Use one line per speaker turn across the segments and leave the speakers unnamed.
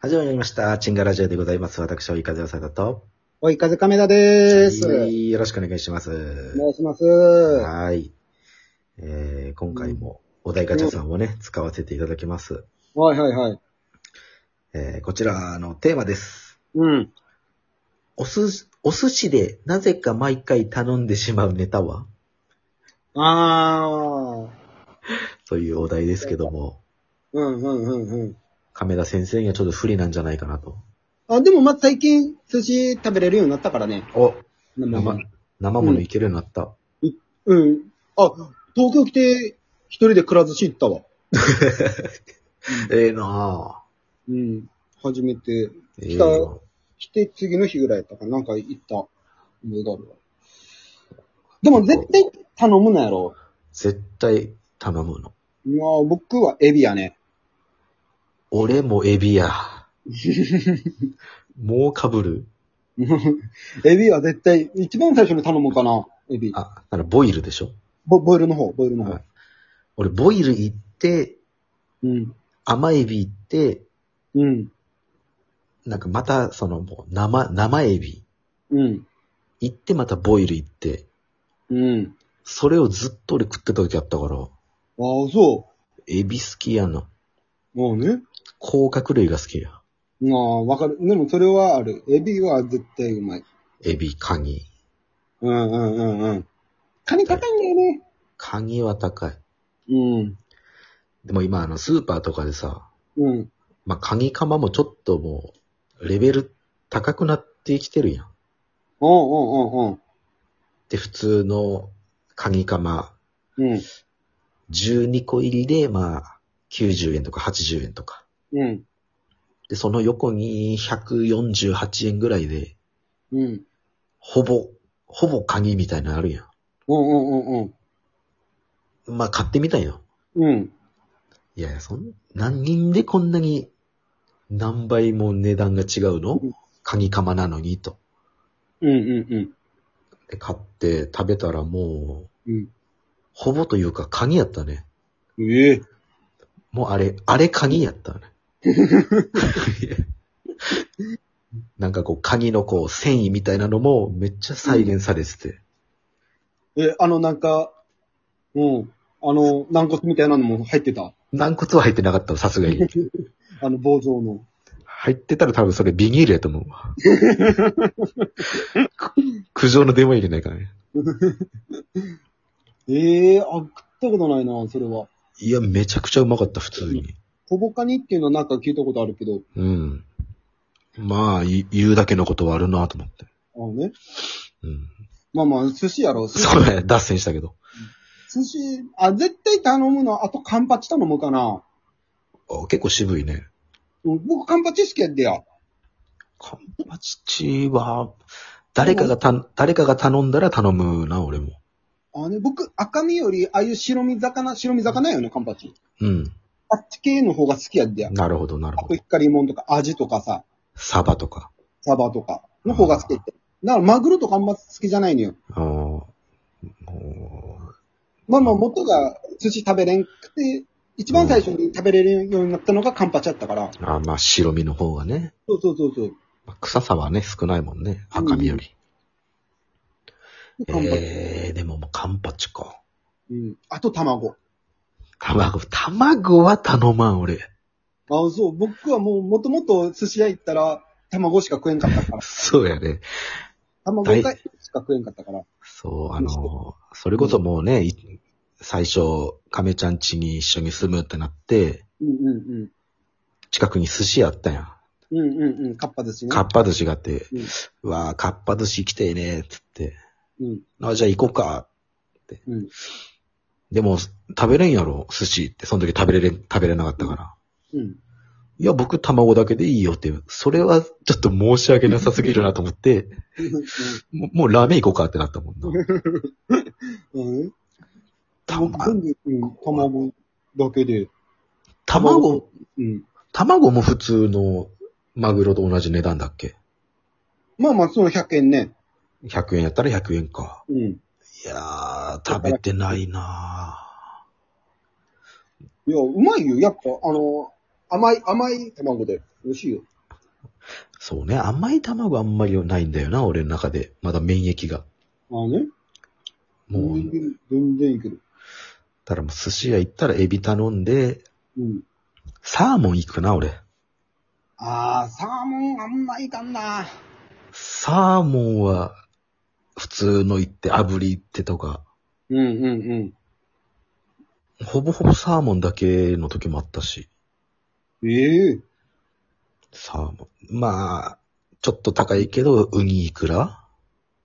始まりました。チンガラジオでございます。私、及風よさだと。
おい、風亀田でーす。
は
お
いよろしくお願いします。
願いします。
はい。えー、今回もお題ガチャさんをね、使わせていただきます。
はいはいはい。
えー、こちらのテーマです。
うん。
おす、お寿司でなぜか毎回頼んでしまうネタは
あー。
というお題ですけども、
うんうんうんうん。
亀田先生にはちょっと不利なんじゃないかなと。
あ、でもまあ、最近、寿司食べれるようになったからね。
お
生
生、生ものいけるようになった。
うん。あ、東京来て、一人でくら寿司行ったわ。
ええな
うん。初め
ぁ。
て、
ええ
来た
なぁ
来て次の日ぐらいだったかななんか行った思いがあるわ。でも絶対頼むなやろ。
絶対頼むの。
まあ、僕はエビやね。
俺もエビや。もうかぶる
エビは絶対、一番最初に頼むかな。エビ。
あ、あの、ボイルでしょ
ボボイルの方、ボイルの方。
はい俺、ボイル行って、
うん。
甘エビ行って、
うん。
なんかまた、その、もう、生、生エビ
うん。
行って、またボイル行って、
うん。
それをずっと俺食ってた時あったから、
ああ、そ
エビ好きやの。
う。まあね。
甲殻類が好きや。
まあ、わかる。でもそれはある。エビは絶対うまい。
エビ、カニ。
うんうんうんうん。カニ硬いんだよね。
カニは高い。
うん。
でも今、あの、スーパーとかでさ、
うん。
まあ、カニカマもちょっともう、レベル高くなってきてるやん。
おうんうんうん
で、普通のカニカマ、
うん。うん。
12個入りで、まあ、90円とか80円とか。
うん。
で、その横に148円ぐらいで、
うん。
ほぼ、ほぼカニみたいなのあるや
うんうんうん
ん。まあ、買ってみたんよ。
うん。うん。
いやいや、そん、何人でこんなに何倍も値段が違うの
うん
カニカマなのに、と。
うんうんうん。
で、買って食べたらもう、
うん
ほぼというかカニやったね。
ええ。
もうあれ、あれカニやったね。なんかこう、カニのこう、繊維みたいなのもめっちゃ再現されてて。
え、あのなんか、うん。あの、軟骨みたいなのも入ってた。
軟骨は入ってなかったの、さすがに。
あの、棒状の。
入ってたら多分それビニールやと思うわ。く苦情の電話入れないからね。
ええあ、食ったことないな、それは。
いや、めちゃくちゃうまかった、普通に。
ほぼカニっていうのはなんか聞いたことあるけど。
うん。まあ、い言うだけのことはあるなと思って。
あのね。
うん。
まあまあ、寿司やろ。寿司
そうね、脱線したけど。
寿司、あ、絶対頼むの。あと、カンパチ頼むかな。
あ結構渋いね。
うん僕、カンパチ好きやでや。
カンパチは、誰かがた、誰かが頼んだら頼むな、俺も。
あね、僕、赤身より、ああいう白身魚、白身魚よね、カンパチ。
うん。
あっち系の方が好きやでや。
なるほど、なる
あ
ほ
と、
ど。
光もんとか、アジとかさ、
サバとか。
サバとか、の方が好きやで。だから、マグロとかあんま好きじゃないのよ。
あーも
まあまあ、元が寿司食べれんくて、一番最初に食べれるようになったのがカンパチやったから。
うあーまあ、白身の方がね。
そうそうそうそう。
まあ臭さはね、少ないもんね。赤身より。
カンパチ。
えー、でももうカンパチか。
うん。あと、卵。
卵、卵は頼まん、俺。
あ、そう。僕はもう、もともと寿司屋行ったら、卵しか食えんかったから。
そうやね。
卵
大
がしか食えんかったから。
そう、あのー、それこそもうね、い最初、亀ちゃん家に一緒に住むってなって、
うんうん
近くに寿司屋あったやん。
うん。うんうんうん。かっぱ寿司ね。
かっぱ寿司があって、
うん
うわあ、かっぱ寿司来てえねえ、つって。
うん
あ、じゃあ行こうか。
うん。
でも、食べれんやろ、寿司って。その時食べれれ、食べれなかったから。
うん。
いや、僕卵だけでいいよっていう。それはちょっと申し訳なさすぎるなと思って、もうもうラーメン行こうかってなったもんな。
うん。
た
僕全部、うん、卵だけで。
卵、
うん。
卵も普通のマグロと同じ値段だっけ
まあまあ、その100円ね。
?100 円やったら100円か。
うん。
いやー、食べてないない
や、うまいよ。やっぱ、あの、甘い、甘い卵で。美味しいよ。
そうね。甘い卵あんまりないんだよな、俺の中で。まだ免疫が。
ああね。
もう、
全然、全然いける。
たらもう寿司屋行ったらエビ頼んで、
うん。
サーモン行くな、俺。
ああ、サーモンあんまいかんな。
サーモンは、普通の行って、炙り行ってとか、
うんうんうん。
ほぼほぼサーモンだけの時もあったし、
ええ
サーモン。まあ、ちょっと高いけど、ウニイクラ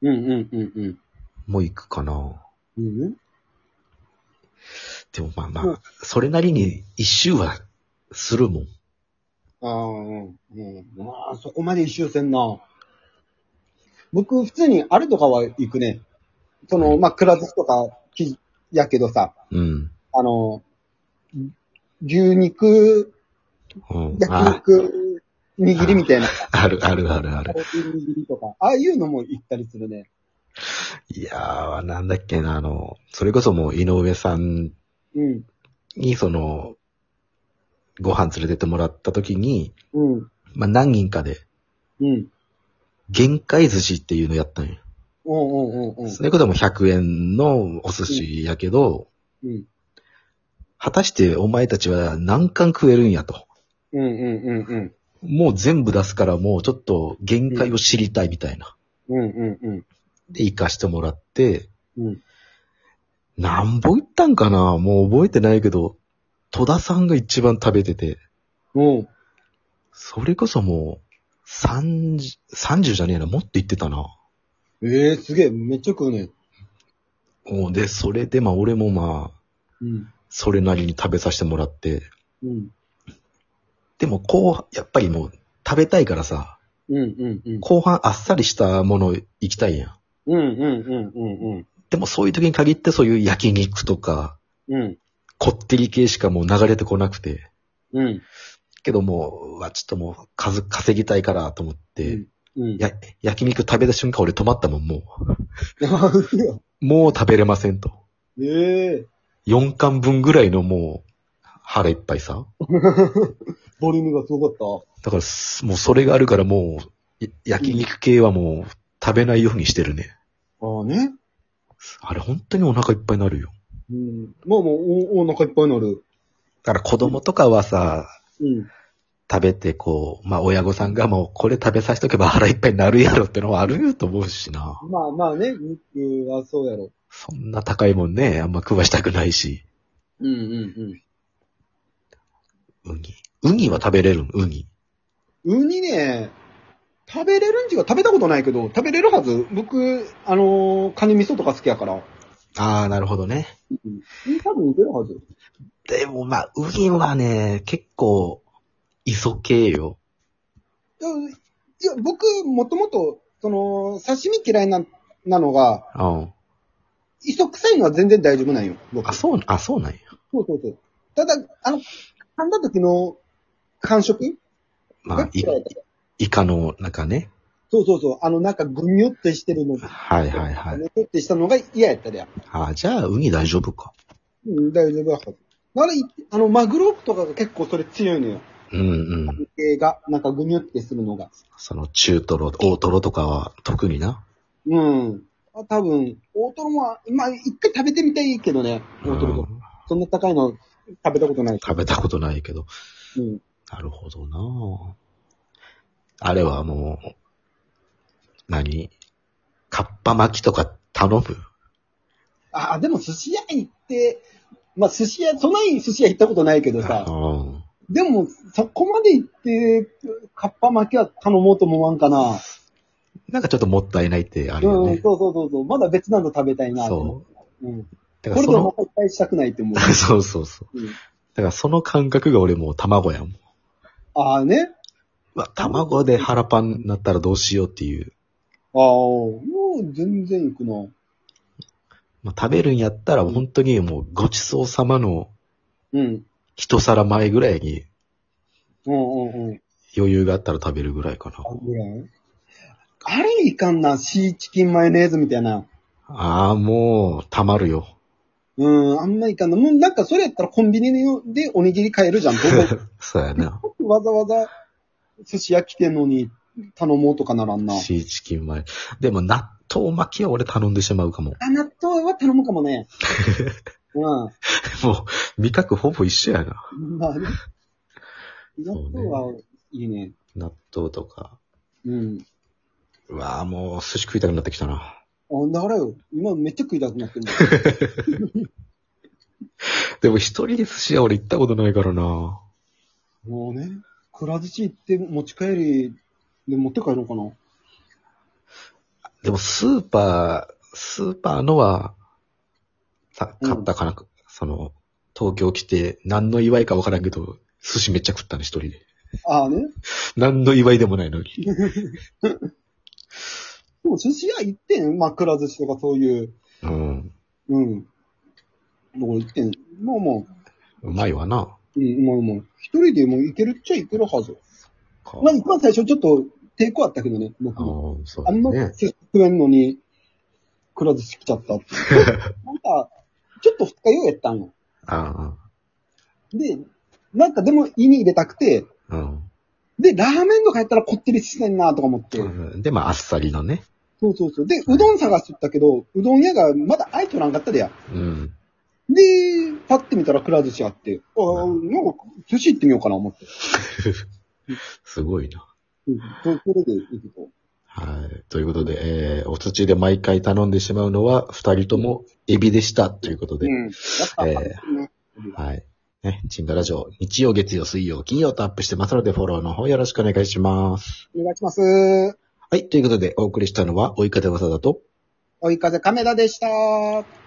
うんうんうんうん。
も行くかな。
うんね。
でもまあ
う
ま
ん
あ、それなりに一周はするもん。
ああ、うん。まあ、そこまで一周せんな。僕、普通にあれとかは行くね。その、まあ、くら寿司とか、きやけどさ、
うん。
あの、牛肉、
うん、
焼
あ
肉、握りみたいな、
あるあるあるある。
握りとか、ああいうのも行ったりするね。
いやー、なんだっけな、あの、それこそもう井上さん
うん、
に、その、ご飯連れてってもらった時に、
うん、
まあ何人かで、
うん。
限界寿司っていうのやったんよ。
うんうんうんうん
それこそもう100円のお寿司やけど、
うん。
果たしてお前たちは何貫食えるんやと。
うんうんうんうん。
もう全部出すからもうちょっと限界を知りたいみたいな。
うんうんうん。
で、行かしてもらって、
うん
なんぼ行ったんかなもう覚えてないけど、戸田さんが一番食べてて、
うん。
それこそもう、30、30じゃねえな、もっと行ってたな。
ええすげえ、めっちゃ食うね。
おうで、それでまあ俺もまあ、
うん。
それなりに食べさせてもらって、
うん。
でもこう、やっぱりもう食べたいからさ、
うんうんうん。
後半あっさりしたもの行きたいやん。
うんうんうんうん
でもそういう時に限ってそういう焼肉とか、
うん。うん。
こってり系しかもう流れてこなくて、
うん。
けどもう、わ、ちょっともう数稼ぎたいからと思って、
うん。
や、焼肉食べた瞬間俺止まったもん、も
うよ。
う。もう食べれませんと。
ええ
4巻分ぐらいのもう、腹いっぱいさ。
ボリュームがすごかっ
だからす、もうそれがあるからもう、や焼肉系はもう食べないようにしてるね。
た。ああね。
あれ本当にお腹いっぱいになるよ。
うん。まあもう、お、お腹いっぱいになる。
だから子供とかはさ、
うん。
食べてこう、まあ親御さんがもうこれ食べさせとけば腹いっぱいになるやろってのはあると思うしな。
まあまあね、肉はそうやろ。
そんな高いもんね、あんま食わしたくないし。
うんうん
ウニ。ウニは食べれるんウニ。
うん。ウニね、食べれるんちが食べたことないけど、食べれるはず。僕、あのー、カニ味噌とか好きやから。
ああ、なるほどね。
うん。多分いけるはず。
でもまあ、ウニはね、結構、磯系よ。
いや、いや僕、もともと、その、刺身嫌いな、なのが、
うん。
磯臭いのは全然大丈夫なんよ。僕
あ、そう、あ、そうなんや。
そうそうそう。ただ、あの、噛んだ時の感触
まあ、い
が嫌いだった
イカの中ね。
そうそうそう。あの、なんかぐにゅってしてるの。
はいはいは
ぐ
い。
にゅってしたのが嫌やったでや。
ああ、じゃあ、ウニ大丈夫か。
うん、大丈夫やった。だからい、あの、マグロとかが結構それ強いのよ。
うんうん。
系が、なんかぐにゅってするのが。
その、中トロ、大トロとかは、特にな。
うん。あ多分、大トロも、まあ、一回食べてみたいけどね。大トロとか。
うん
そんな高いの食べたことない。
食べたことないけど。
うん。
なるほどなあれはもう、何カッパ巻きとか頼む
あ、でも寿司屋行って、まあ寿司屋、そんなに寿司屋行ったことないけどさ、
うん。
でもそこまで行って、カッパ巻きは頼もうと思わんかな。
なんかちょっともったいないってあるよ
うん、
ね。
そうそうそうそう。まだ別なの食べたいな。。
そう
うん。
だ
こ
から
れ
そ
でも
の、
お返ししたくないって思う。
そうそうそう。
うん、
だからその感覚が俺もう卵やもん。
ああね。
うわ、卵で腹パンになったらどうしようっていう。
ああ、もう全然行くな。
まあ、食べるんやったら本当にもうごちそうさまの
うん。
一皿前ぐらいに
うんうんうん。
余裕があったら食べるぐらいかな。
あぐらいあれいかんな。シーチキンマヨネーズみたいな。
ああ、もう、たまるよ。
うん、あんまいかんな。もうなんかそれやったらコンビニでおにぎり買えるじゃん。どこ
そうやな。
わざわざ寿司屋来てんのに頼もうとかならんな。
シーチキン前。でも納豆巻きは俺頼んでしまうかも。
あ、納豆は頼むかもね。うん。
もう、味覚ほぼ一緒やな。
まあね。納豆はいいね。
納豆とか。
うん。
うわぁ、もう寿司食いたくなってきたな。
あ、だからよ。今めっちゃ食いたくなってる。
でも一人で寿司屋俺行ったことないからな。
もうね、くら寿司行って持ち帰りで持って帰るのかな
でもスーパー、スーパーのは、さ
うん
買ったかな、その、東京来て何の祝いかわからんけど、寿司めっちゃ食ったね、一人で。
ああね。
何の祝いでもないのに。
でも寿司屋行ってん。まあ、くら寿司とかそういう。
うん。
うん。どこ行ってん。まあまあ、
うまいわな。
うん、まあまあ。一人でも行けるっちゃ行けるはず。
か
まあ、一番最初ちょっと抵抗あったけどね、僕
う
も。
ん、そう
あ
だ
んま
ね。
寿司食えんのに、くら寿司来ちゃったっていう。なんか、ちょっと二日酔いやったんよ。
あ
で、なんかでも胃に入れたくて、
あ、うん。
で、ラーメンとかやったらこってりしてんなとか思って。
で、まあ、あっさりのね。
そうそうそう。で、うどん探しとったけど、うどん屋がまだ開いとらんかったでや。
うん。
で、パッて見たらくら寿司あって、ああ、なんか寿司行ってみようかな思って。
すごいな。
うんそそれで行くと。
はい。ということで、えー、お寿司で毎回頼んでしまうのは、二人ともエビでした。ということ
う
で、
ん。やっぱ、
え
ね
はい。ね、チンガラジオ、日曜、月曜、水曜、金曜とアップしてますので、フォローの方よろしくお願いします。
お願いします。
はい。ということで、お送りしたのは、追い風技だと、
追い風亀田でした。